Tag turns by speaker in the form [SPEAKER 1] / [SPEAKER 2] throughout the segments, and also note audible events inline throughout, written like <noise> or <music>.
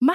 [SPEAKER 1] ما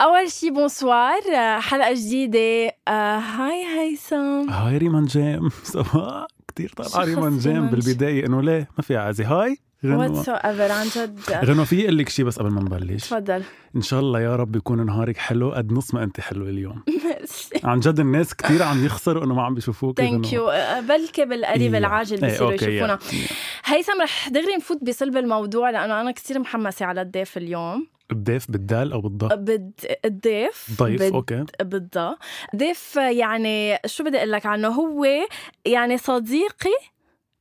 [SPEAKER 1] أول شي بونسوار آه، حلقة جديدة آه، هاي هيثم
[SPEAKER 2] هاي ريمان جام <laughs> سوا كثير
[SPEAKER 1] شو
[SPEAKER 2] طالعه
[SPEAKER 1] خص
[SPEAKER 2] ريمان جام
[SPEAKER 1] ريمان
[SPEAKER 2] بالبداية إنه ليه ما في عازي هاي غنوة
[SPEAKER 1] واتس ايفر عن جد
[SPEAKER 2] غنوة في أقول لك شيء بس قبل ما نبلش
[SPEAKER 1] تفضل
[SPEAKER 2] <laughs> إن شاء الله يا رب يكون نهارك حلو قد نص ما أنت حلو اليوم
[SPEAKER 1] ميرسي
[SPEAKER 2] عن جد الناس كثير عم يخسروا إنه ما عم بيشوفوك
[SPEAKER 1] ثانك يو أه، بلكي بالقريب
[SPEAKER 2] إيه.
[SPEAKER 1] العاجل بصيروا يشوفونا هيثم رح دغري نفوت بصلب الموضوع لانه انا كثير محمسه على الضيف اليوم
[SPEAKER 2] الضيف بالدال أو بالضاء
[SPEAKER 1] بد الضيف
[SPEAKER 2] آه. ضيف
[SPEAKER 1] بد-
[SPEAKER 2] أوكي
[SPEAKER 1] بالضا ضيف يعني شو بدي اقول لك عنه هو يعني صديقي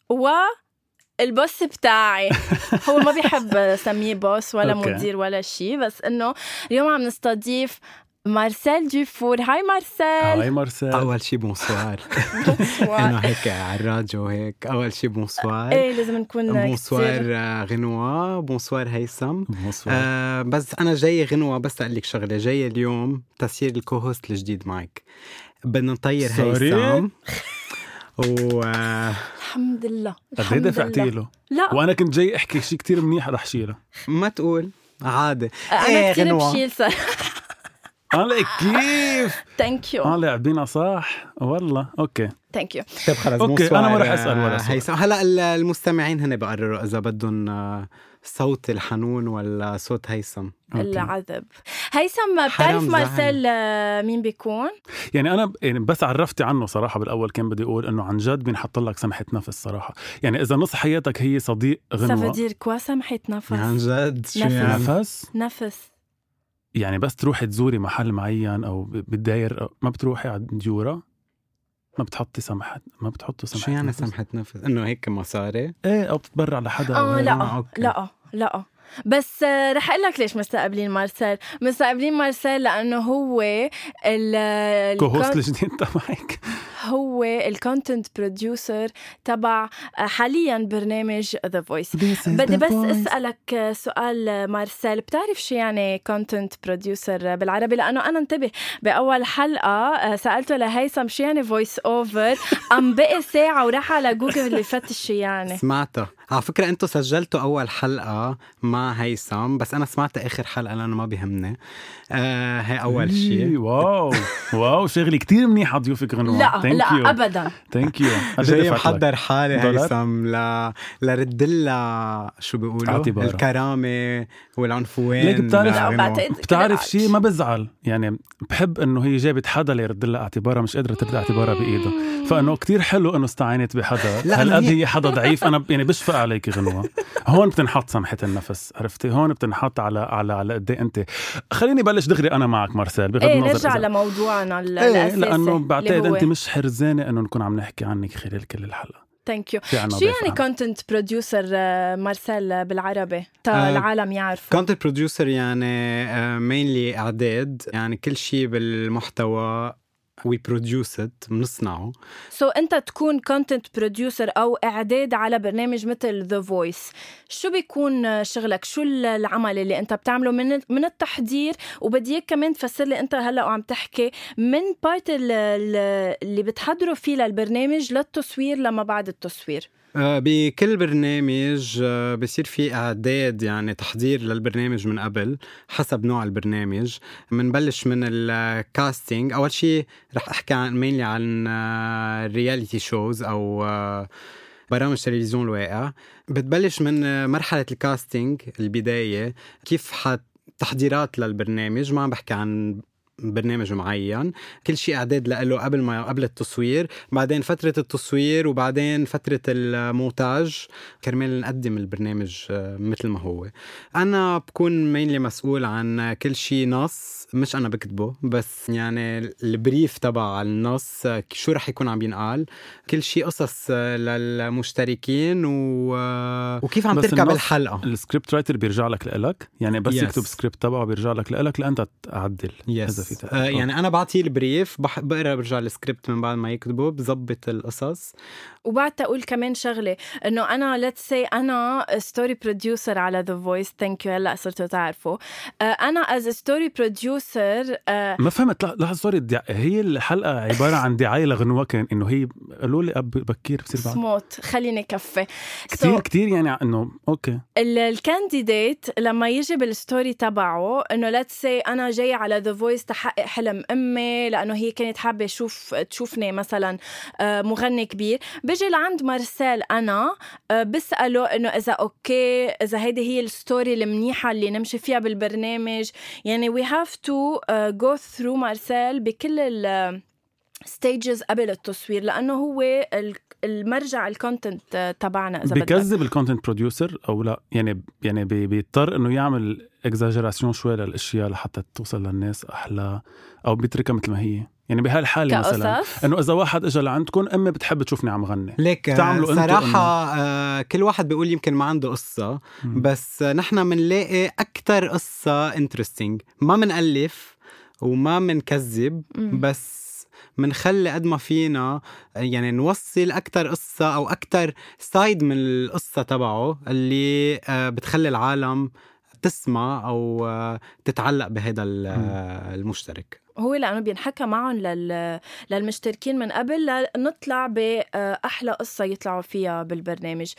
[SPEAKER 1] و البوس
[SPEAKER 2] <laughs>
[SPEAKER 1] بتاعي هو ما بيحب سميه بوس ولا
[SPEAKER 2] أوكي.
[SPEAKER 1] مدير ولا شيء بس انه اليوم عم نستضيف مارسيل جيفور هاي مارسيل
[SPEAKER 2] هاي
[SPEAKER 3] <laughs>
[SPEAKER 2] مارسيل
[SPEAKER 3] اول
[SPEAKER 1] <laughs>
[SPEAKER 3] شي بونسوار
[SPEAKER 1] بونسوار.
[SPEAKER 3] انه هيك على الراديو هيك اول شي بونسوار
[SPEAKER 1] ايه لازم نكون كتير
[SPEAKER 3] بونسوار آه، غنوة بونسوار هيثم
[SPEAKER 2] مصفر.
[SPEAKER 3] آه بس انا جاي غنوة بس اقول لك شغله جاي اليوم تسيير الكوهوست الجديد معك بدنا نطير
[SPEAKER 2] سوري؟
[SPEAKER 3] هيثم <laughs> و آه،
[SPEAKER 1] الحمد لله
[SPEAKER 2] قد ايه
[SPEAKER 1] الحمد
[SPEAKER 2] دفعتي
[SPEAKER 1] لله
[SPEAKER 2] له
[SPEAKER 1] لا
[SPEAKER 2] وأنا كنت جاي أحكي شيء كثير منيح رح شيله
[SPEAKER 3] ما تقول عادي
[SPEAKER 1] انا
[SPEAKER 3] إيه،
[SPEAKER 1] كثير
[SPEAKER 3] غنوة.
[SPEAKER 1] بشيل <laughs> صراحه
[SPEAKER 2] قال لك
[SPEAKER 1] <laughs>
[SPEAKER 2] كيف
[SPEAKER 1] ثانك
[SPEAKER 3] آه.
[SPEAKER 2] اه
[SPEAKER 1] يو
[SPEAKER 2] لاعبينها صح والله اوكي
[SPEAKER 1] ثانك يو
[SPEAKER 3] طيب خلص
[SPEAKER 2] أوكي،
[SPEAKER 3] بونسوار،
[SPEAKER 2] أنا ما رح أسأل
[SPEAKER 3] آه،
[SPEAKER 2] ولا سؤال.
[SPEAKER 3] هيثم هلا ال- المستمعين هن بقرروا اذا بدهم آه، صوت الحنون ولا صوت هيثم
[SPEAKER 2] أوكي.
[SPEAKER 1] العذب هيثم بتعرف
[SPEAKER 3] حرام
[SPEAKER 1] مارسيل آه، مين بيكون؟
[SPEAKER 2] يعني انا ب- يعني بس عرفتي عنه صراحه بالاول كان بدي اقول انه عن جد بنحط لك سمحه نفس صراحه يعني اذا نص حياتك هي صديق
[SPEAKER 1] Ça veut
[SPEAKER 2] غنوه
[SPEAKER 1] dire quoi سمحت
[SPEAKER 3] يعني عن
[SPEAKER 1] نفس؟
[SPEAKER 3] جد شو
[SPEAKER 1] نفس.
[SPEAKER 3] يعني
[SPEAKER 2] نفس
[SPEAKER 1] نفس
[SPEAKER 2] يعني بس تروحي تزوري محل معين او ب- بالداير أو- ما بتروحي على ديورا ما بتحطي سمحه ما بتحطوا سمحه
[SPEAKER 3] شو يعني
[SPEAKER 2] نفس؟
[SPEAKER 3] سمحت نفس؟ انه هيك مصاري؟
[SPEAKER 2] ايه او بتتبرع لحدا أو
[SPEAKER 1] اه
[SPEAKER 2] إيه، هيك.
[SPEAKER 1] لا
[SPEAKER 3] آه، أوكي.
[SPEAKER 1] لا لا بس آه، رح اقول لك ليش مستقبلين مارسيل، مستقبلين مارسيل لانه هو ال
[SPEAKER 2] كوهوست
[SPEAKER 1] الكون-
[SPEAKER 2] الجديد
[SPEAKER 3] <laughs>
[SPEAKER 2] تبعك
[SPEAKER 1] هو الكونتنت بروديوسر تبع آه، حاليا برنامج ذا فويس بدي بس اسالك آه، سؤال آه، مارسيل بتعرف شو يعني كونتنت بروديوسر بالعربي لانه انا انتبه باول حلقه آه، سالته لهيثم شو يعني فويس اوفر قام بقي ساعه وراح على جوجل يفتش شو يعني
[SPEAKER 3] سمعتها على فكرة انتم سجلتوا اول حلقة مع هيثم بس انا سمعت اخر حلقة لانه ما بيهمني آه هي اول
[SPEAKER 2] إيه،
[SPEAKER 3] شيء
[SPEAKER 2] واو واو شغلي كتير منيح على ضيوفك غنوه
[SPEAKER 1] لا لا ابدا
[SPEAKER 2] ثانك يو
[SPEAKER 3] <laughs> جاي محضر حالي
[SPEAKER 2] دولار؟
[SPEAKER 3] هيثم ل... لرد لها شو بيقولوا
[SPEAKER 2] أعطي برا.
[SPEAKER 3] الكرامة يعني والعنفوان
[SPEAKER 2] ليك بتعرف-
[SPEAKER 1] لا
[SPEAKER 3] لغنوة.
[SPEAKER 1] بعتقد
[SPEAKER 2] بتعرف
[SPEAKER 1] كده-
[SPEAKER 2] شيء ما بزعل يعني بحب انه هي جابت حدا ليرد لها اعتبارها مش قادره ترد اعتبارها بايدها فانه كتير حلو انه استعانت بحدا
[SPEAKER 3] <laughs> لا،
[SPEAKER 2] هالقد
[SPEAKER 3] أنا هي-
[SPEAKER 2] هي حدا ضعيف انا ب- يعني بشفق عليك غنوه هون بتنحط سمحه النفس عرفتي هون بتنحط على على على قد إيه انت خليني بلش دغري انا معك مارسيل بغض
[SPEAKER 1] ايه
[SPEAKER 2] النظر
[SPEAKER 1] نرجع
[SPEAKER 2] إذا-
[SPEAKER 1] لموضوعنا ال-
[SPEAKER 2] ايه
[SPEAKER 1] الاساسي
[SPEAKER 2] لانه بعتقد انت مش حرزانه انه نكون عم نحكي عنك خلال كل الحلقه
[SPEAKER 1] ثانك يو
[SPEAKER 2] في عنا
[SPEAKER 1] شو
[SPEAKER 2] ضيف
[SPEAKER 1] يعني
[SPEAKER 2] عنا.
[SPEAKER 1] كونتنت بروديوسر مارسيل بالعربي تا
[SPEAKER 3] آه،
[SPEAKER 1] العالم يعرفوا
[SPEAKER 3] كونتنت بروديوسر يعني مينلي اعداد يعني كل شيء بالمحتوى وي بروديوس بنصنعه
[SPEAKER 1] سو انت تكون كونتنت بروديوسر او اعداد على برنامج مثل ذا فويس شو بيكون شغلك شو ال- العمل اللي انت بتعمله من من التحضير وبدي اياك كمان تفسر لي انت هلا وعم تحكي من بارت اللي بتحضره فيه للبرنامج للتصوير لما بعد التصوير
[SPEAKER 3] آه، بكل برنامج آه، بصير في اعداد يعني تحضير للبرنامج من قبل حسب نوع البرنامج بنبلش من الكاستينج اول شيء رح احكي عن مينلي عن الرياليتي شوز او آه، برامج تلفزيون الواقع بتبلش من آه، مرحله الكاستنج البدايه كيف حت تحضيرات للبرنامج ما عم بحكي عن برنامج معين كل شيء اعداد له قبل ما قبل التصوير بعدين فتره التصوير وبعدين فتره المونتاج كرمال نقدم البرنامج آه، مثل ما هو انا بكون مينلي مسؤول عن كل شيء نص مش انا بكتبه بس يعني البريف تبع النص آه، شو رح يكون عم ينقال كل شيء قصص آه، للمشتركين و... آه، وكيف عم تركب الحلقه
[SPEAKER 2] السكريبت رايتر بيرجع لك لك يعني بس yes. يكتب سكريبت تبعه بيرجع لك لك لانت تعدل
[SPEAKER 3] yes. اذا في آه يعني انا بعطيه البريف بح... بقرا برجع السكريبت من بعد ما يكتبه بظبط القصص
[SPEAKER 1] وبعد تقول كمان شغله انه انا ليتس سي انا ستوري بروديوسر على ذا فويس ثانك يو هلا صرتوا تعرفوا آه انا از ستوري بروديوسر
[SPEAKER 2] ما فهمت لحظه سوري هي الحلقه عباره عن دعايه لغنوه كان انه هي قالوا لي اب بكير بصير
[SPEAKER 1] بعد سموت خليني كفي
[SPEAKER 2] كثير so, كثير يعني انه اوكي
[SPEAKER 1] الكانديديت لما يجي بالستوري تبعه انه ليتس سي انا جاي على ذا فويس تحقق حلم امي لانه هي كانت حابه شوف تشوفني مثلا مغني كبير بجي لعند مارسيل آه، انا بساله انه اذا اوكي اذا هيدي هي الستوري المنيحه اللي نمشي فيها بالبرنامج يعني وي هاف تو جو ثرو آه، مارسيل بكل ال ستيجز قبل التصوير لانه هو المرجع الكونتنت تبعنا
[SPEAKER 2] اذا بكذب الكونتنت بروديوسر او لا يعني يعني بيضطر انه يعمل اكزاجيراسيون شوي للاشياء لحتى توصل للناس احلى او بيتركها مثل ما هي يعني بهالحاله مثلا انه اذا واحد اجى لعندكم امي بتحب تشوفني عم غني
[SPEAKER 3] ليك بتعملوا صراحه آه كل واحد بيقول يمكن ما عنده قصه م. بس نحن بنلاقي اكثر قصه انترستينج ما بنالف وما بنكذب بس منخلي قد ما فينا يعني نوصل اكثر قصه او اكثر سايد من القصه تبعه اللي آه، بتخلي العالم تسمع او تتعلق بهذا المشترك
[SPEAKER 1] هو لانه بينحكى معهم لل... للمشتركين من قبل لنطلع باحلى قصه يطلعوا فيها بالبرنامج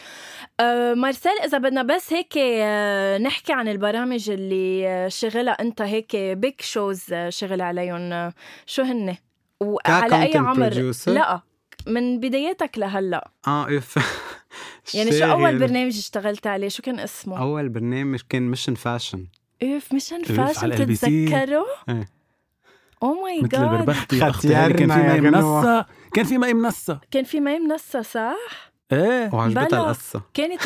[SPEAKER 1] أه، مارسيل اذا بدنا بس هيك أه، نحكي عن البرامج اللي شغلها انت هيك بيك شوز شغل عليهم شو هن؟ وعلى اي عمر
[SPEAKER 3] producer.
[SPEAKER 1] لا من بداياتك لهلا
[SPEAKER 3] اه <laughs> اف
[SPEAKER 1] يعني شو اول برنامج اشتغلت عليه شو كان اسمه
[SPEAKER 3] اول برنامج كان ميشن فاشن
[SPEAKER 1] اف ميشن فاشن تتذكره
[SPEAKER 3] إيه.
[SPEAKER 1] Oh او ماي جاد
[SPEAKER 2] مثل بربختي يعني كان في مي منصه كان في مي منصه
[SPEAKER 1] كان في مي منصه صح
[SPEAKER 2] ايه
[SPEAKER 3] وعجبتها القصه
[SPEAKER 1] كانت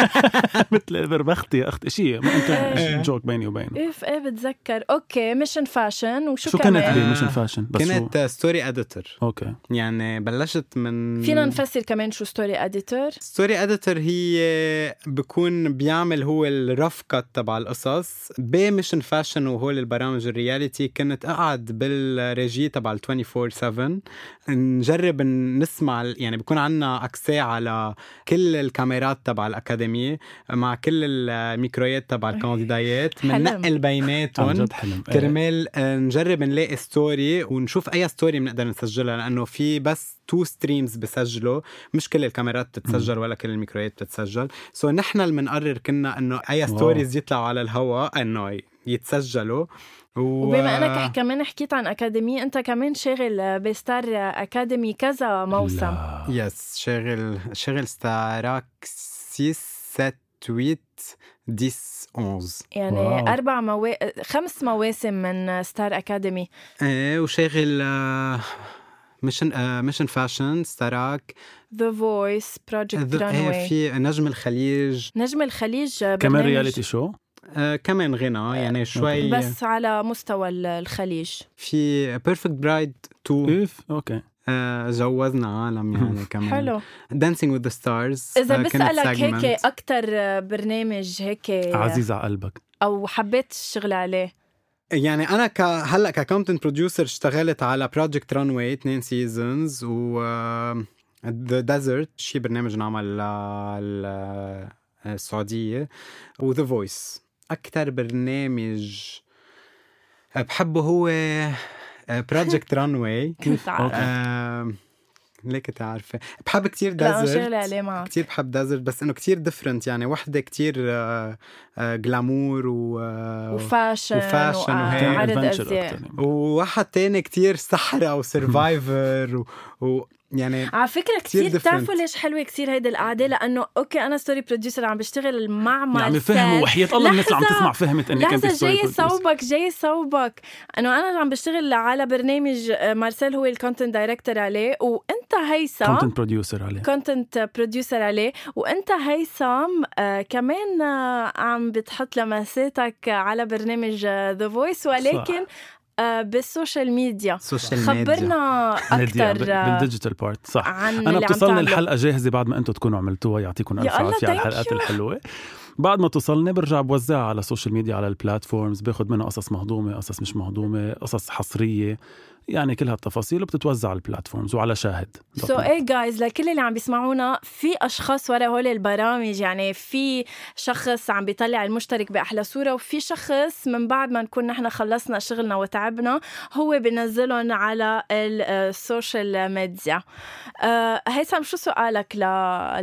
[SPEAKER 2] <laughs> مثل بربختي يا اختي شيء ما انت جوك بيني وبينه
[SPEAKER 1] اف ايه بتذكر اوكي ميشن فاشن وشو
[SPEAKER 2] شو كانت لي ميشن فاشن
[SPEAKER 3] بس كانت ستوري اديتور
[SPEAKER 2] اوكي
[SPEAKER 3] يعني بلشت من
[SPEAKER 1] فينا نفسر كمان شو ستوري اديتور
[SPEAKER 3] ستوري اديتور هي بكون بيعمل هو الرف كات تبع القصص بميشن فاشن وهول البرامج الرياليتي كنت اقعد بالريجي تبع ال 24 7 نجرب نسمع يعني بكون عندنا اكسي على كل الكاميرات تبع الأكاديمية مع كل الميكرويات تبع الكانديدايات بننقل بيناتهم
[SPEAKER 2] إيه.
[SPEAKER 3] كرمال آه، نجرب نلاقي ستوري ونشوف أي ستوري بنقدر نسجلها لأنه في بس تو ستريمز بسجلوا مش كل الكاميرات بتتسجل ولا كل الميكرويات بتتسجل سو so نحن اللي بنقرر كنا انه اي ستوريز يطلعوا على الهواء انه يتسجلوا
[SPEAKER 1] و... وبما انك كمان حكيت عن اكاديمي انت كمان شاغل بستار اكاديمي كذا موسم لا.
[SPEAKER 3] يس شاغل شاغل ستاراك 6 7 8 10 11
[SPEAKER 1] يعني واو. اربع موا... خمس مواسم من ستار اكاديمي
[SPEAKER 3] ايه وشاغل آه، ميشن ميشن فاشن آه، ستاراك آه،
[SPEAKER 1] ذا فويس بروجكت رانوي
[SPEAKER 3] إيه، في نجم الخليج
[SPEAKER 1] نجم الخليج
[SPEAKER 2] كمان رياليتي شو
[SPEAKER 3] آه كمان غنى يعني شوي
[SPEAKER 1] بس على مستوى الخليج
[SPEAKER 3] في بيرفكت برايد 2
[SPEAKER 2] اوف اوكي
[SPEAKER 3] آه جوزنا عالم يعني كمان
[SPEAKER 1] حلو
[SPEAKER 3] دانسينج وذ ذا ستارز
[SPEAKER 1] اذا آه بسالك هيك اكثر برنامج هيك
[SPEAKER 2] عزيز على قلبك
[SPEAKER 1] او حبيت الشغل عليه
[SPEAKER 3] يعني انا ك هلا ككونتنت بروديوسر اشتغلت على بروجكت ران واي اثنين سيزونز و ذا ديزرت شي برنامج نعمل آه، السعوديه وذا فويس اكثر برنامج آه، بحبه هو آه،
[SPEAKER 1] <laughs>
[SPEAKER 3] بروجكت ران واي ليك تعرفي بحب كتير ديزرت كتير بحب ديزرت بس انه كتير ديفرنت يعني وحده كتير جلامور و آه،
[SPEAKER 1] وفاشن
[SPEAKER 3] وفاشن
[SPEAKER 1] آه.
[SPEAKER 3] وهيك
[SPEAKER 2] يعني.
[SPEAKER 1] وعدد ازياء
[SPEAKER 3] وواحد تاني كتير صحراء وسرفايفر و... و... يعني
[SPEAKER 1] على فكره كثير
[SPEAKER 3] different.
[SPEAKER 1] بتعرفوا ليش حلوه كثير هيدي القعده لانه اوكي انا ستوري بروديوسر عم بشتغل مع
[SPEAKER 2] عم
[SPEAKER 3] يعني
[SPEAKER 1] مارسيل
[SPEAKER 2] يفهموا يعني وحياة الله الناس اللي عم
[SPEAKER 1] لحظة.
[SPEAKER 2] تسمع فهمت انك انت
[SPEAKER 1] لحظة
[SPEAKER 2] ستوري
[SPEAKER 1] جاي
[SPEAKER 2] بروديوسر.
[SPEAKER 1] صوبك جاي صوبك انه انا عم بشتغل على برنامج آه، مارسيل هو الكونتنت دايركتور عليه وانت هيثم
[SPEAKER 2] كونتنت بروديوسر عليه
[SPEAKER 1] كونتنت بروديوسر عليه وانت هيثم آه كمان آه عم بتحط لمساتك على برنامج ذا فويس ولكن آه بالسوشيال ميديا
[SPEAKER 3] سوشيال ميديا
[SPEAKER 1] خبرنا
[SPEAKER 2] نادية،
[SPEAKER 1] اكثر
[SPEAKER 2] بال- بالديجيتال بارت صح
[SPEAKER 1] عن اللي
[SPEAKER 2] انا
[SPEAKER 1] عم
[SPEAKER 2] بتوصلني
[SPEAKER 1] تعمله.
[SPEAKER 2] الحلقه جاهزه بعد ما انتم تكونوا عملتوها يعطيكم
[SPEAKER 1] يا
[SPEAKER 2] الف
[SPEAKER 1] الله،
[SPEAKER 2] عافيه على
[SPEAKER 1] thank
[SPEAKER 2] الحلقات
[SPEAKER 1] you.
[SPEAKER 2] الحلوه بعد ما توصلني برجع بوزعها على السوشيال ميديا على البلاتفورمز باخذ منها قصص مهضومه قصص مش مهضومه قصص حصريه يعني كل هالتفاصيل وبتتوزع على البلاتفورمز وعلى شاهد
[SPEAKER 1] سو ايه جايز لكل اللي عم بيسمعونا في اشخاص ورا هول البرامج يعني في شخص عم بيطلع المشترك باحلى صوره وفي شخص من بعد ما نكون نحن خلصنا شغلنا وتعبنا هو بنزلهم على ال- السوشيال ميديا آه، هيثم شو سؤالك ل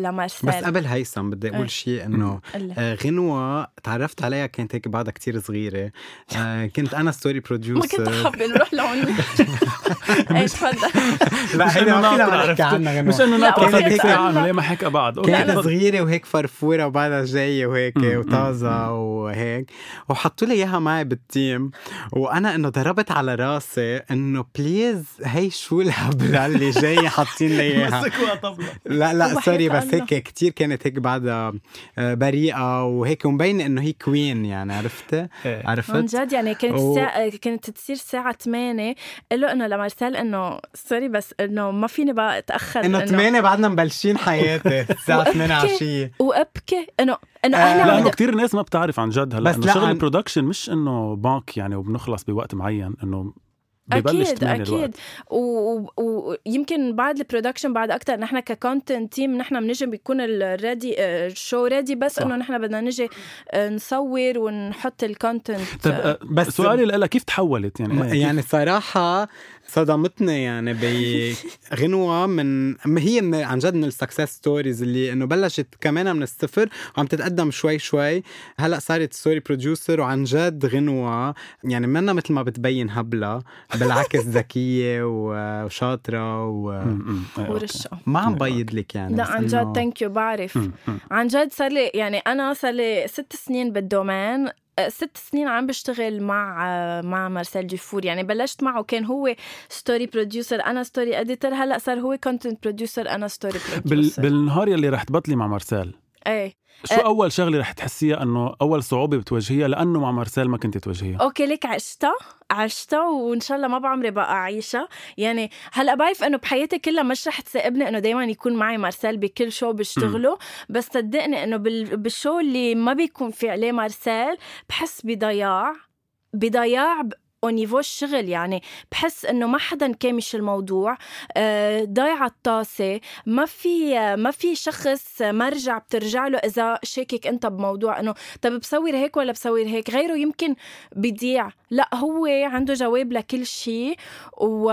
[SPEAKER 1] لمارسيل
[SPEAKER 3] بس قبل هيثم بدي
[SPEAKER 1] إيه.
[SPEAKER 3] اقول شيء انه
[SPEAKER 1] قلي.
[SPEAKER 3] آه، غنوة تعرفت عليها كانت هيك بعدها كتير صغيرة آه، كنت أنا ستوري
[SPEAKER 1] ما كنت
[SPEAKER 3] بروديوسر
[SPEAKER 1] حابه نروح لهون ايه تفضل
[SPEAKER 3] لا <laughs>
[SPEAKER 2] مش انه
[SPEAKER 3] هيدا ما فينا
[SPEAKER 2] ناطر
[SPEAKER 3] نحكي
[SPEAKER 2] عرفت
[SPEAKER 3] عنها
[SPEAKER 2] مش
[SPEAKER 3] غنوة
[SPEAKER 2] انه
[SPEAKER 1] لا،
[SPEAKER 2] ناطر
[SPEAKER 1] أوكي،
[SPEAKER 2] ثلاث
[SPEAKER 1] هيك
[SPEAKER 2] ساعه
[SPEAKER 1] لا.
[SPEAKER 2] عمليه ما حكى <laughs> بعد اوكي
[SPEAKER 3] كانت
[SPEAKER 2] تفضل.
[SPEAKER 3] صغيرة وهيك فرفورة وبعدها جاية وهيك
[SPEAKER 2] مم.
[SPEAKER 3] وطازة وهيك وحطوا لي إياها معي بالتيم وأنا إنه ضربت على راسي إنه بليز هي شو الهبلة اللي جاية حاطين
[SPEAKER 2] <laughs>
[SPEAKER 3] لي إياها
[SPEAKER 2] مسكوها طبلة
[SPEAKER 3] لا لا
[SPEAKER 1] وحياة
[SPEAKER 3] سوري بس
[SPEAKER 1] الله.
[SPEAKER 3] هيك كتير كانت هيك بعدها آه، بريئة وهيك ومبينة انه هي كوين يعني عرفتي؟
[SPEAKER 2] إيه.
[SPEAKER 1] عن
[SPEAKER 3] عرفت؟
[SPEAKER 1] جد يعني كانت
[SPEAKER 3] و-
[SPEAKER 1] الساعة كانت تصير الساعة 8 قال له انه لمارسيل انه سوري بس انه ما فيني بقى اتاخر
[SPEAKER 3] انه 8 بعدنا مبلشين
[SPEAKER 2] <laughs>
[SPEAKER 3] حياتي الساعة 8
[SPEAKER 1] وأبكي.
[SPEAKER 3] عشية
[SPEAKER 1] وابكي انه انه
[SPEAKER 3] آه،
[SPEAKER 1] انا
[SPEAKER 2] لانه
[SPEAKER 1] بدي-
[SPEAKER 2] كثير ناس ما بتعرف عن جد هلا
[SPEAKER 3] بس
[SPEAKER 2] انه
[SPEAKER 3] لا،
[SPEAKER 2] شغل
[SPEAKER 3] عن-
[SPEAKER 2] البرودكشن مش انه بانك يعني وبنخلص بوقت معين انه ببلش
[SPEAKER 1] اكيد
[SPEAKER 2] 8 الوقت
[SPEAKER 1] اكيد ويمكن و... ويمكن بعد البرودكشن بعد اكثر نحن ككونتنت تيم نحن بنجي بيكون الريدي الشو ريدي بس
[SPEAKER 2] صح.
[SPEAKER 1] انه نحن بدنا نجي آه، نصور ونحط الكونتنت
[SPEAKER 2] طب آه،
[SPEAKER 3] بس-
[SPEAKER 2] سؤالي لها كيف تحولت يعني آه، كيف-
[SPEAKER 3] يعني صراحة صدمتني يعني بغنوة من ما هي من عن جد من السكسس ستوريز اللي انه بلشت كمان من الصفر وعم تتقدم شوي شوي هلا صارت ستوري بروديوسر وعن جد غنوة يعني منا مثل ما بتبين هبلة بالعكس ذكية و- وشاطرة وما
[SPEAKER 2] أمم، آه، أوكي.
[SPEAKER 1] ورشقه
[SPEAKER 3] عم بيض لك يعني
[SPEAKER 1] لا
[SPEAKER 3] بس
[SPEAKER 1] عن
[SPEAKER 3] إنه-
[SPEAKER 1] جد ثانك يو بعرف
[SPEAKER 2] أمم، أمم.
[SPEAKER 1] عن جد صار لي يعني انا صار لي ست سنين بالدومين أه، ست سنين عم بشتغل مع أه، مع مارسيل ديفور يعني بلشت معه كان هو ستوري بروديوسر انا ستوري اديتر هلا صار هو كونتنت بروديوسر انا ستوري
[SPEAKER 2] بال...
[SPEAKER 1] بروديوسر
[SPEAKER 2] بالنهار يلي رح تبطلي مع مارسيل
[SPEAKER 1] ايه
[SPEAKER 2] شو
[SPEAKER 1] آه.
[SPEAKER 2] اول شغله رح تحسيها انه اول صعوبه بتواجهيها لانه مع مارسيل ما كنت تواجهيها
[SPEAKER 1] اوكي ليك عشتها عشتها وان شاء الله ما بعمري بقى اعيشها يعني هلا بعرف انه بحياتي كلها مش رح تسائبني انه دائما يكون معي مارسيل بكل شو بشتغله بس صدقني انه بال- بالشو اللي ما بيكون في عليه مارسيل بحس بضياع بضياع ب- او نيفو الشغل يعني بحس انه ما حدا كامش الموضوع آه، ضايعه الطاسه ما في آه، ما في شخص آه، مرجع بترجع له اذا شاكك انت بموضوع انه طب بصور هيك ولا بصور هيك غيره يمكن بيضيع لا هو عنده جواب لكل شيء و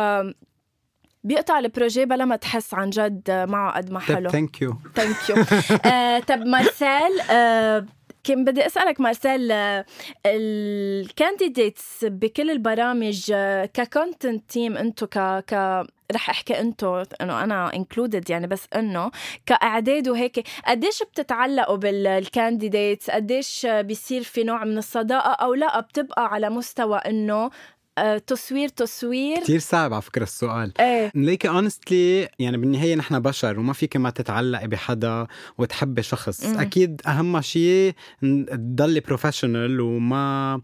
[SPEAKER 1] بيقطع البروجي بلا ما تحس عن جد معه قد ما
[SPEAKER 3] طيب
[SPEAKER 1] حلو
[SPEAKER 3] ثانك يو
[SPEAKER 1] ثانك يو Uh, طب مارسيل آه، كان بدي اسالك مارسيل الكانديديتس بكل البرامج آه، ككونتنت تيم انتو ك ك رح احكي انتو انه انا انكلودد يعني بس انه كاعداد وهيك قديش بتتعلقوا بالكانديديتس قديش آه، بيصير في نوع من الصداقه او لا بتبقى على مستوى انه آه، تصوير تصوير
[SPEAKER 3] كتير صعب على فكرة السؤال
[SPEAKER 1] ايه
[SPEAKER 3] ليكي اونستلي يعني بالنهايه نحن بشر وما فيك ما تتعلقي بحدا وتحبي شخص
[SPEAKER 1] مم.
[SPEAKER 3] مم. اكيد اهم شيء ن- تضلي بروفيشنال وما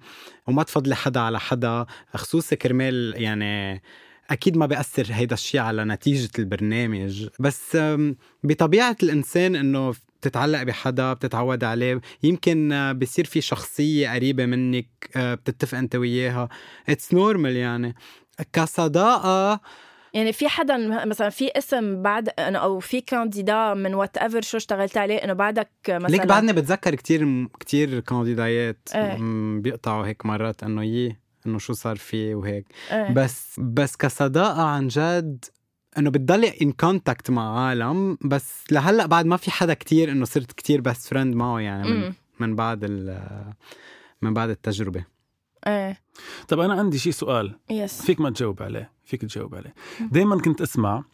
[SPEAKER 3] وما تفضلي حدا على حدا خصوصي كرمال يعني اكيد ما بياثر هيدا الشيء على نتيجه البرنامج بس أم، بطبيعه الانسان انه بتتعلق بحدا بتتعود عليه يمكن آه، بصير في شخصيه قريبه منك آه، بتتفق انت وياها اتس نورمال يعني كصداقه
[SPEAKER 1] يعني في حدا مه- مثلا في اسم بعد أنا- او في كانديدا من وات ايفر شو اشتغلت عليه انه بعدك مثلا
[SPEAKER 3] ليك بعدني بتذكر كتير كتير كانديدايات
[SPEAKER 1] إيه.
[SPEAKER 3] م- بيقطعوا هيك مرات انه يي انه شو صار فيه وهيك
[SPEAKER 1] إيه.
[SPEAKER 3] بس بس كصداقه عن جد انه بتضلي ان كونتاكت مع عالم بس لهلا بعد ما في حدا كتير انه صرت كتير بس فريند معه يعني من,
[SPEAKER 1] أمم.
[SPEAKER 3] من بعد ال من بعد التجربه
[SPEAKER 1] ايه
[SPEAKER 2] طب انا عندي شيء سؤال
[SPEAKER 1] يس
[SPEAKER 2] فيك ما تجاوب عليه فيك تجاوب عليه دائما كنت اسمع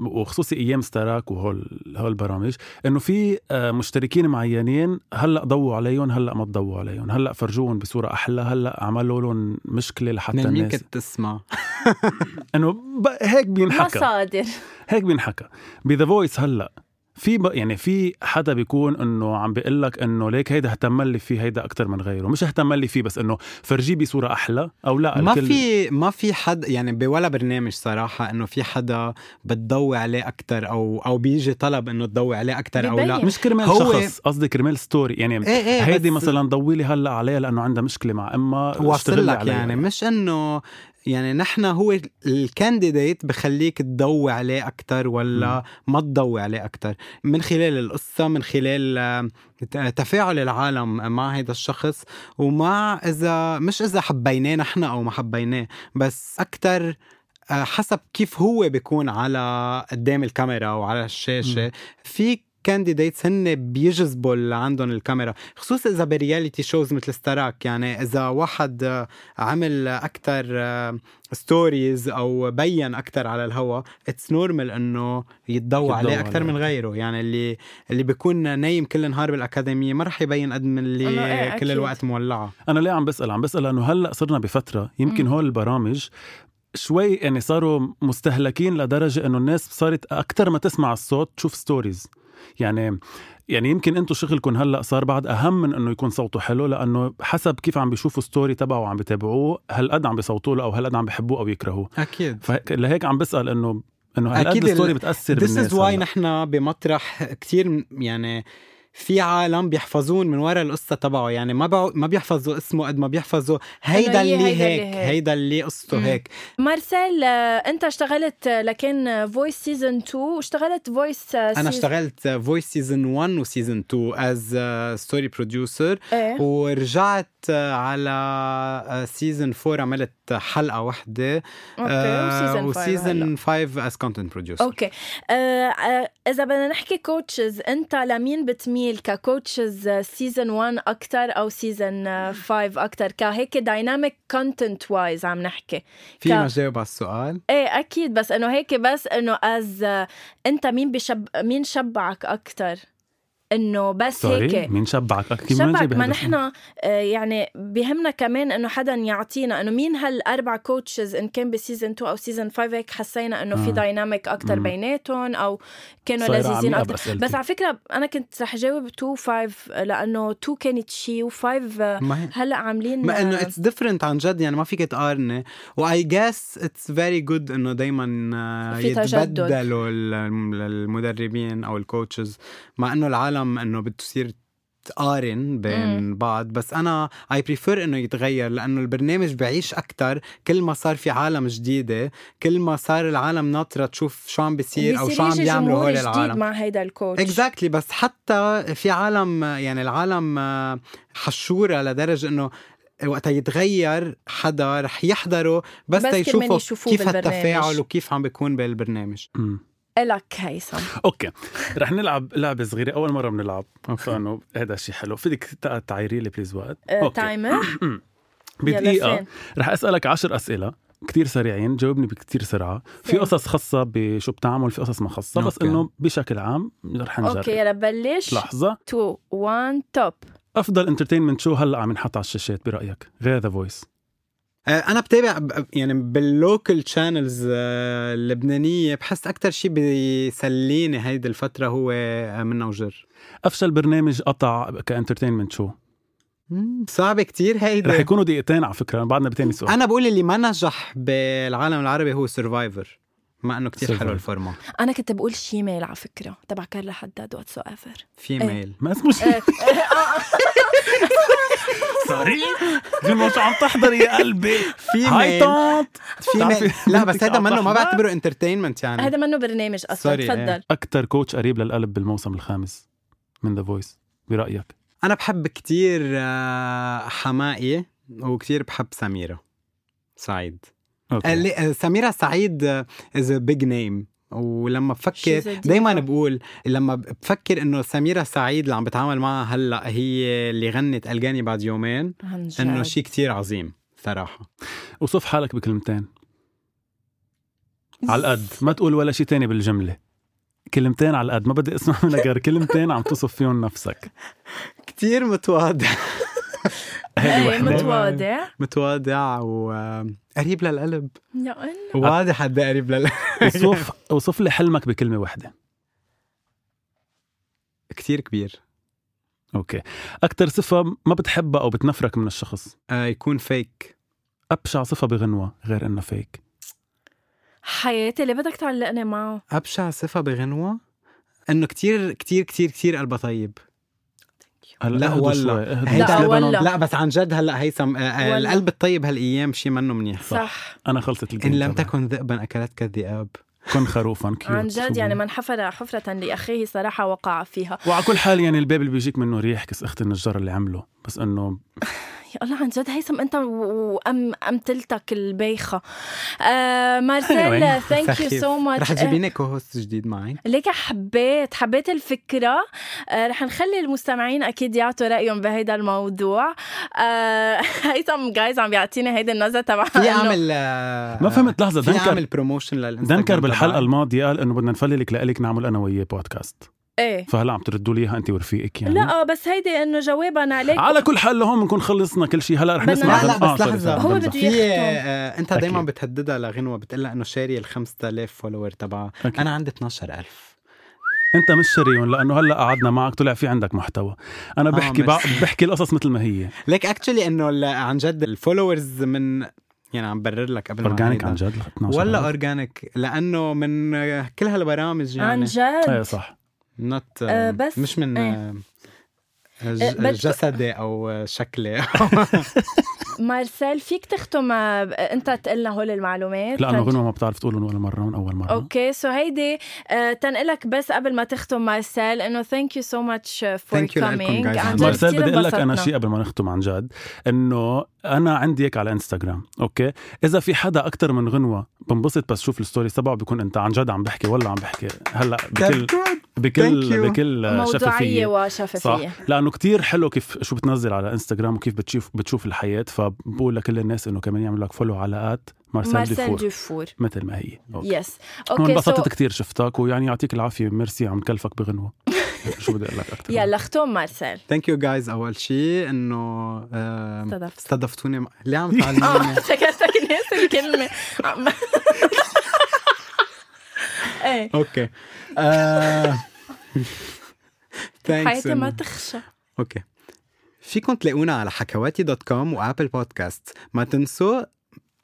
[SPEAKER 2] وخصوصي ايام ستاراك وهول هول البرامج انه في آه، مشتركين معينين هلا ضووا عليهم هلا ما تضووا عليهم هلا فرجوهم بصوره احلى هلا عملوا لهم مشكله لحتى
[SPEAKER 3] من مين
[SPEAKER 2] الناس
[SPEAKER 3] كنت تسمع؟
[SPEAKER 2] انه ب- هيك بينحكى
[SPEAKER 1] مصادر
[SPEAKER 2] هيك بينحكى بذا فويس هلا في ب... يعني في حدا بيكون انه عم بيقول لك انه ليك هيدا اهتم لي فيه هيدا اكثر من غيره مش اهتم لي فيه بس انه فرجيه بصوره احلى او لا
[SPEAKER 3] ما
[SPEAKER 2] الكل-
[SPEAKER 3] في ما في حد يعني بولا برنامج صراحه انه في حدا بتضوي عليه اكثر او او بيجي طلب انه تضوي عليه اكثر او لا
[SPEAKER 1] ببين.
[SPEAKER 2] مش كرمال
[SPEAKER 3] هو-
[SPEAKER 2] شخص قصدي كرمال ستوري يعني
[SPEAKER 3] ايه ايه
[SPEAKER 2] هيدي
[SPEAKER 3] بس
[SPEAKER 2] مثلا ضوي لي هلا عليها لانه عندها مشكله مع امها
[SPEAKER 3] واصل
[SPEAKER 2] اشتغلي
[SPEAKER 3] لك
[SPEAKER 2] عليها.
[SPEAKER 3] يعني مش انه يعني نحن هو الكانديديت بخليك تضوي عليه اكثر ولا ما تضوي عليه اكثر من خلال القصه من خلال آه، ت- تفاعل العالم مع هذا الشخص ومع اذا مش اذا حبيناه نحن او ما حبيناه بس اكثر حسب كيف هو بيكون على قدام الكاميرا وعلى الشاشه في كانديديتس هن بيجذبوا اللي عندهم الكاميرا خصوصا اذا برياليتي شوز مثل ستارك يعني اذا واحد آه، عمل اكثر ستوريز او بين اكثر على الهوا اتس نورمال انه يتضوى
[SPEAKER 2] يتضوى
[SPEAKER 3] عليه اكثر
[SPEAKER 2] عليه.
[SPEAKER 3] من غيره يعني اللي اللي بيكون نايم كل نهار بالاكاديميه ما رح يبين قد من اللي
[SPEAKER 1] أنا إيه،
[SPEAKER 3] كل
[SPEAKER 1] أكيد.
[SPEAKER 3] الوقت مولعه
[SPEAKER 2] انا ليه عم بسال عم بسال لانه هلا صرنا بفتره يمكن
[SPEAKER 1] مم.
[SPEAKER 2] هول البرامج شوي يعني صاروا مستهلكين لدرجه انه الناس صارت اكثر ما تسمع الصوت تشوف ستوريز يعني يعني يمكن انتم شغلكم هلا صار بعد اهم من انه يكون صوته حلو لانه حسب كيف عم بيشوفوا ستوري تبعه وعم بيتابعوه هالقد عم بيصوتوا له او هلقد عم بيحبوه او يكرهوه
[SPEAKER 3] اكيد
[SPEAKER 2] فهيك- لهيك عم بسال انه انه هالقد
[SPEAKER 3] أكيد ال-
[SPEAKER 2] الستوري بتاثر
[SPEAKER 3] This
[SPEAKER 2] بالناس
[SPEAKER 3] is why
[SPEAKER 2] هلأ.
[SPEAKER 3] نحن بمطرح كتير م- يعني في عالم بيحفظون من ورا القصة تبعه يعني ما بعو ما بيحفظوا اسمه قد ما بيحفظوا هيدا
[SPEAKER 1] إنه هي
[SPEAKER 3] اللي
[SPEAKER 1] هيدا
[SPEAKER 3] هيك
[SPEAKER 1] اللي هيك.
[SPEAKER 3] هيدا اللي قصته
[SPEAKER 1] مم.
[SPEAKER 3] هيك
[SPEAKER 1] مارسيل آه، انت اشتغلت آه، لكن فويس سيزون 2 واشتغلت فويس
[SPEAKER 3] أنا اشتغلت فويس سيزون 1 وسيزون 2 از ستوري بروديوسر
[SPEAKER 1] ايه
[SPEAKER 3] ورجعت آه، على سيزون 4 عملت حلقة واحدة آه،
[SPEAKER 1] اوكي وسيزون 5
[SPEAKER 3] وسيزون 5 از كونتنت بروديوسر
[SPEAKER 1] اوكي آه، آه، اذا بدنا نحكي كوتشز انت لمين بتميل آه، ككوتشز سيزون 1 اكثر او سيزون 5 اكثر آه، كهيك دايناميك كونتنت وايز عم نحكي
[SPEAKER 3] في
[SPEAKER 1] ك-
[SPEAKER 3] ما جاوب على السؤال
[SPEAKER 1] ايه اكيد بس انه هيك بس انه از انت مين بشب مين شبعك اكثر انه بس
[SPEAKER 2] سوري
[SPEAKER 1] هيك
[SPEAKER 2] مين شبعك اكيد مين
[SPEAKER 1] شبك
[SPEAKER 2] جايب
[SPEAKER 1] ما
[SPEAKER 2] هيدا الشيء؟
[SPEAKER 1] نحن يعني بهمنا كمان انه حدا يعطينا انه مين هالاربع كوتشز ان كان بسيزون 2 او سيزون 5 هيك حسينا انه في
[SPEAKER 2] آه.
[SPEAKER 1] دايناميك اكثر
[SPEAKER 2] مم.
[SPEAKER 1] بيناتهم او كانوا
[SPEAKER 2] صايرة
[SPEAKER 1] لذيذين
[SPEAKER 2] عميقة
[SPEAKER 1] اكثر
[SPEAKER 2] بأسئلتي.
[SPEAKER 1] بس على فكره انا كنت رح جاوب 2 5 لانه 2 كانت شي و5
[SPEAKER 3] ما هي
[SPEAKER 1] هلا عاملين آه،
[SPEAKER 3] ما انه اتس ديفرنت عن جد يعني ما فيك تقارني واي جاس اتس فيري جود انه دائما
[SPEAKER 1] في تجدد.
[SPEAKER 3] آه، يتبدلوا ال- الم- المدربين او الكوتشز مع انه العالم انه بتصير تقارن بين بعض بس انا اي بريفير انه يتغير لانه البرنامج بعيش اكثر كل ما صار في عالم جديده كل ما صار العالم ناطره تشوف شو عم بيصير او شو عم
[SPEAKER 1] يجي
[SPEAKER 3] بيعملوا
[SPEAKER 1] جمهور
[SPEAKER 3] هول
[SPEAKER 1] جديد
[SPEAKER 3] العالم
[SPEAKER 1] مع هيدا الكوتش
[SPEAKER 3] اكزاكتلي exactly. بس حتى في عالم يعني العالم آه، حشوره لدرجه انه وقتها يتغير حدا رح يحضره
[SPEAKER 1] بس
[SPEAKER 3] بس,
[SPEAKER 1] كرمال
[SPEAKER 3] تيشوفوا
[SPEAKER 1] يشوفوه
[SPEAKER 3] كيف
[SPEAKER 1] بالبرنامج.
[SPEAKER 3] هالتفاعل وكيف عم بيكون بالبرنامج
[SPEAKER 2] مم.
[SPEAKER 1] الك إيه هيثم
[SPEAKER 2] اوكي رح نلعب لعبه صغيره اول مره بنلعب فانه هذا شيء حلو فيك تق- تعيري لي بليز وقت
[SPEAKER 1] آه،
[SPEAKER 2] <clears throat>
[SPEAKER 1] تايمر
[SPEAKER 2] بدقيقه رح اسالك عشر اسئله كتير سريعين جاوبني بكتير سرعة في
[SPEAKER 1] سين.
[SPEAKER 2] قصص خاصة بشو بتعمل في قصص ما خاصة بس
[SPEAKER 3] أوكي.
[SPEAKER 2] انه بشكل عام رح نجرب
[SPEAKER 1] اوكي يلا بلش
[SPEAKER 2] لحظة
[SPEAKER 1] 2 1 توب
[SPEAKER 2] افضل انترتينمنت شو هلا عم ينحط على الشاشات برأيك غير ذا فويس
[SPEAKER 3] آه، انا بتابع ب- يعني باللوكل تشانلز اللبنانيه بحس اكثر شيء بيسليني هيدي الفتره هو آه، منا وجر
[SPEAKER 2] افشل برنامج قطع كانترتينمنت شو
[SPEAKER 3] صعبه كتير هيدي
[SPEAKER 2] رح
[SPEAKER 1] إيه.
[SPEAKER 2] يكونوا دقيقتين على فكرة بعدنا بتاني سؤال
[SPEAKER 3] انا بقول اللي ما نجح بالعالم العربي هو سرفايفر مع انه كتير حلو
[SPEAKER 2] Survivor.
[SPEAKER 3] الفورمات
[SPEAKER 1] انا كنت بقول شي ميل على فكره تبع كارلا حداد وات سو
[SPEAKER 2] <laughs>
[SPEAKER 1] ايفر
[SPEAKER 3] فيميل
[SPEAKER 1] <laughs>
[SPEAKER 2] ما اسمه
[SPEAKER 1] آه،
[SPEAKER 2] شيء سوري جنون شو عم تحضر يا قلبي هاي
[SPEAKER 3] فيميل
[SPEAKER 2] طونت
[SPEAKER 3] فيميل
[SPEAKER 2] بتعرفي-
[SPEAKER 3] لا بس هيدا
[SPEAKER 2] عم
[SPEAKER 3] منه ما
[SPEAKER 2] تحضر؟
[SPEAKER 3] بعتبره انترتينمنت يعني
[SPEAKER 1] آه، هذا منه برنامج اصلا
[SPEAKER 3] Sorry،
[SPEAKER 1] تفضل
[SPEAKER 2] أكتر كوتش قريب للقلب بالموسم الخامس من ذا فويس برأيك
[SPEAKER 3] انا بحب كتير آه، حمائي وكتير بحب سميرة سعيد آه،
[SPEAKER 2] أوكي.
[SPEAKER 3] لي- آه، سميرة سعيد آه، از بيج نيم ولما بفكر
[SPEAKER 1] She's a diva.
[SPEAKER 3] دايما بقول لما بفكر انه سميرة سعيد اللي عم بتعامل معها هلا هي اللي غنت الجاني بعد يومين
[SPEAKER 1] عن جد.
[SPEAKER 3] انه شيء كتير عظيم صراحة
[SPEAKER 2] وصف حالك بكلمتين على القد ما تقول ولا شيء تاني بالجمله كلمتين على القد ما بدي اسمع <laughs> منك غير كلمتين عم توصف فيهم نفسك
[SPEAKER 3] كتير
[SPEAKER 1] <laughs>
[SPEAKER 3] متواضع <laughs>
[SPEAKER 1] <laughs>
[SPEAKER 2] هذه
[SPEAKER 1] إيه،
[SPEAKER 2] وحده <laughs>
[SPEAKER 1] متواضع
[SPEAKER 3] متواضع وقريب للقلب
[SPEAKER 1] يا إنه.
[SPEAKER 3] واضح قد إيه قريب <laughs> للقلب
[SPEAKER 2] <laughs> اوصف اوصف لي حلمك بكلمه واحده
[SPEAKER 3] كتير كبير
[SPEAKER 2] اوكي اكثر صفه ما بتحبها او بتنفرك من الشخص
[SPEAKER 3] آه، يكون فيك
[SPEAKER 2] ابشع صفه بغنوه غير انه فيك
[SPEAKER 1] حياتي اللي بدك تعلقني معه
[SPEAKER 3] أبشع صفة بغنوة إنه كتير كتير كتير كتير قلبها طيب
[SPEAKER 2] هلا
[SPEAKER 3] لا
[SPEAKER 2] اهدوا
[SPEAKER 3] والله.
[SPEAKER 2] شوي، اهدوا
[SPEAKER 1] لا
[SPEAKER 2] شوي.
[SPEAKER 1] والله.
[SPEAKER 3] لا بس عن جد هلا هيثم آه، آه،
[SPEAKER 1] والله.
[SPEAKER 3] القلب الطيب هالايام شي منه منيح
[SPEAKER 1] صح
[SPEAKER 2] انا خلصت الجيم
[SPEAKER 3] ان لم
[SPEAKER 2] تبعي.
[SPEAKER 3] تكن ذئبا اكلتك الذئاب
[SPEAKER 2] كن خروفا كيوت
[SPEAKER 1] عن جد
[SPEAKER 2] شو.
[SPEAKER 1] يعني من حفر حفرة لأخيه صراحة وقع فيها
[SPEAKER 2] وعلى كل حال يعني الباب اللي بيجيك منه ريح كس اخت النجار اللي عمله بس انه
[SPEAKER 1] يا الله عن جد هيثم أنت و- وأم أمثلتك البايخة آه مارسيل
[SPEAKER 2] أيوة.
[SPEAKER 1] ثانك
[SPEAKER 2] <laughs>
[SPEAKER 1] يو
[SPEAKER 3] سخيف.
[SPEAKER 1] سو ماتش
[SPEAKER 3] رح تجيبيني كوهوست جديد معي
[SPEAKER 1] ليك حبيت حبيت الفكرة آه، رح نخلي المستمعين أكيد يعطوا رأيهم بهيدا الموضوع آه، <laughs> هيثم جايز عم بيعطيني هيدي النظرة تبع
[SPEAKER 3] في
[SPEAKER 1] إنه-
[SPEAKER 3] اعمل
[SPEAKER 2] ما فهمت لحظه
[SPEAKER 3] آه، في اعمل
[SPEAKER 2] دنكر
[SPEAKER 3] بروموشن للانستغرام
[SPEAKER 2] دنكر بالحلقه
[SPEAKER 3] تبعي.
[SPEAKER 2] الماضيه قال انه بدنا نفللك لإلك نعمل انا وياه بودكاست
[SPEAKER 1] إيه
[SPEAKER 2] فهلا عم تردوا لي اياها انت ورفيقك يعني
[SPEAKER 1] لا آه، بس هيدي إنه جوابا عليك
[SPEAKER 2] على كل حال لهون بنكون خلصنا كل شيء هلا رح
[SPEAKER 1] بدنا-
[SPEAKER 2] نسمع
[SPEAKER 3] لا، لا،
[SPEAKER 2] دن-
[SPEAKER 3] بس
[SPEAKER 2] آه، سوري،
[SPEAKER 3] لحظة.
[SPEAKER 2] سوري،
[SPEAKER 1] هو
[SPEAKER 2] دن-
[SPEAKER 1] بده
[SPEAKER 3] في
[SPEAKER 1] يختم.
[SPEAKER 3] آه، انت دائما
[SPEAKER 2] أكيد.
[SPEAKER 3] بتهددها لغنوه بتقول لها انه شاري ال 5000 فولور تبعها
[SPEAKER 2] أكيد.
[SPEAKER 3] انا عندي 12000
[SPEAKER 2] انت مش شريون لانه هلا قعدنا معك طلع في عندك محتوى انا بحكي بع...
[SPEAKER 3] آه، ميرسي.
[SPEAKER 2] بحكي القصص مثل ما هي
[SPEAKER 3] ليك اكشلي انه ال- عن جد الفولورز من يعني عم برر لك قبل ما
[SPEAKER 2] اورجانيك
[SPEAKER 3] هيدا.
[SPEAKER 2] عن جد لا، 12
[SPEAKER 3] ولا
[SPEAKER 2] عدد.
[SPEAKER 3] اورجانيك لانه من آه، كل هالبرامج يعني
[SPEAKER 1] عن
[SPEAKER 2] ايه
[SPEAKER 1] جد
[SPEAKER 2] صح
[SPEAKER 3] نوت
[SPEAKER 1] آه،
[SPEAKER 2] يعني
[SPEAKER 1] بس-
[SPEAKER 3] مش من
[SPEAKER 1] إيه.
[SPEAKER 3] آه، ج-
[SPEAKER 1] آه، بس-
[SPEAKER 3] جسدي او آه،
[SPEAKER 1] <laughs>
[SPEAKER 3] شكلي
[SPEAKER 1] مارسيل فيك تختم آه، أنت تقلنا هول المعلومات
[SPEAKER 2] لانه
[SPEAKER 1] تنجي.
[SPEAKER 2] غنوه ما بتعرف تقولهم ولا مره من اول مره
[SPEAKER 1] اوكي سو هيدي آه، تنقلك بس قبل ما تختم مارسيل انه ثانك يو سو ماتش فور
[SPEAKER 3] Thank you لإلكم،
[SPEAKER 1] كامينج
[SPEAKER 3] guys.
[SPEAKER 2] مارسيل بدي اقول لك انا شيء قبل ما نختم عن جد انه انا عندي هيك على انستغرام اوكي اذا في حدا اكثر من غنوه بنبسط بس شوف الستوري تبعه بيكون انت عن جد عم بحكي والله عم بحكي هلا بكل
[SPEAKER 3] Thank you.
[SPEAKER 2] بكل بكل
[SPEAKER 1] موضوعية
[SPEAKER 2] شفافيه آه، صح
[SPEAKER 1] وشفافية
[SPEAKER 2] لانه كتير حلو كيف شو بتنزل على انستغرام وكيف بتشوف بتشوف الحياه فبقول لكل الناس انه كمان يعملوا لك فولو على ات مارسيل
[SPEAKER 1] مارسيل
[SPEAKER 2] ديفور
[SPEAKER 1] ديفور
[SPEAKER 2] مثل ما هي اوكي
[SPEAKER 1] يس
[SPEAKER 2] انبسطت كتير شفتك ويعني يعطيك العافيه ميرسي عم كلفك بغنوه <laughs> شو بدي اقول لك اكثر
[SPEAKER 1] يلا اختم مارسيل
[SPEAKER 3] ثانك يو جايز اول شيء انه آه،
[SPEAKER 1] استضفت.
[SPEAKER 3] استضفتوني م- ليه عم
[SPEAKER 1] Ah, <laughs>
[SPEAKER 3] تعلموني
[SPEAKER 1] فكرتك ناس الكلمة <laughs> ايه
[SPEAKER 3] اوكي آه، <laughs> thanks
[SPEAKER 1] حياتي ما
[SPEAKER 3] إنه-
[SPEAKER 1] تخشى
[SPEAKER 3] اوكي فيكم تلاقونا على حكواتي دوت كوم وابل بودكاست ما تنسوا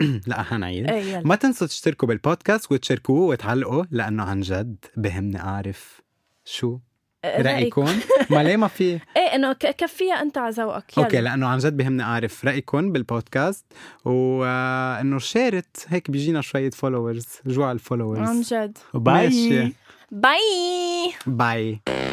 [SPEAKER 3] <clears throat> لا حنعيد
[SPEAKER 1] ايه يلا
[SPEAKER 3] ما تنسوا تشتركوا بالبودكاست وتشاركوه وتعلقوا لانه عن جد بهمني اعرف شو er رايكم ما ليه ما في
[SPEAKER 1] ايه انه ك- كفيها انت على ذوقك
[SPEAKER 3] اوكي
[SPEAKER 1] يلا
[SPEAKER 3] لانه عن جد بهمني اعرف رايكم بالبودكاست وانه شيرت هيك بيجينا شويه فولورز جوع
[SPEAKER 1] عن
[SPEAKER 3] الفولورز
[SPEAKER 1] جد
[SPEAKER 2] باي
[SPEAKER 3] ماشي.
[SPEAKER 1] باي
[SPEAKER 3] باي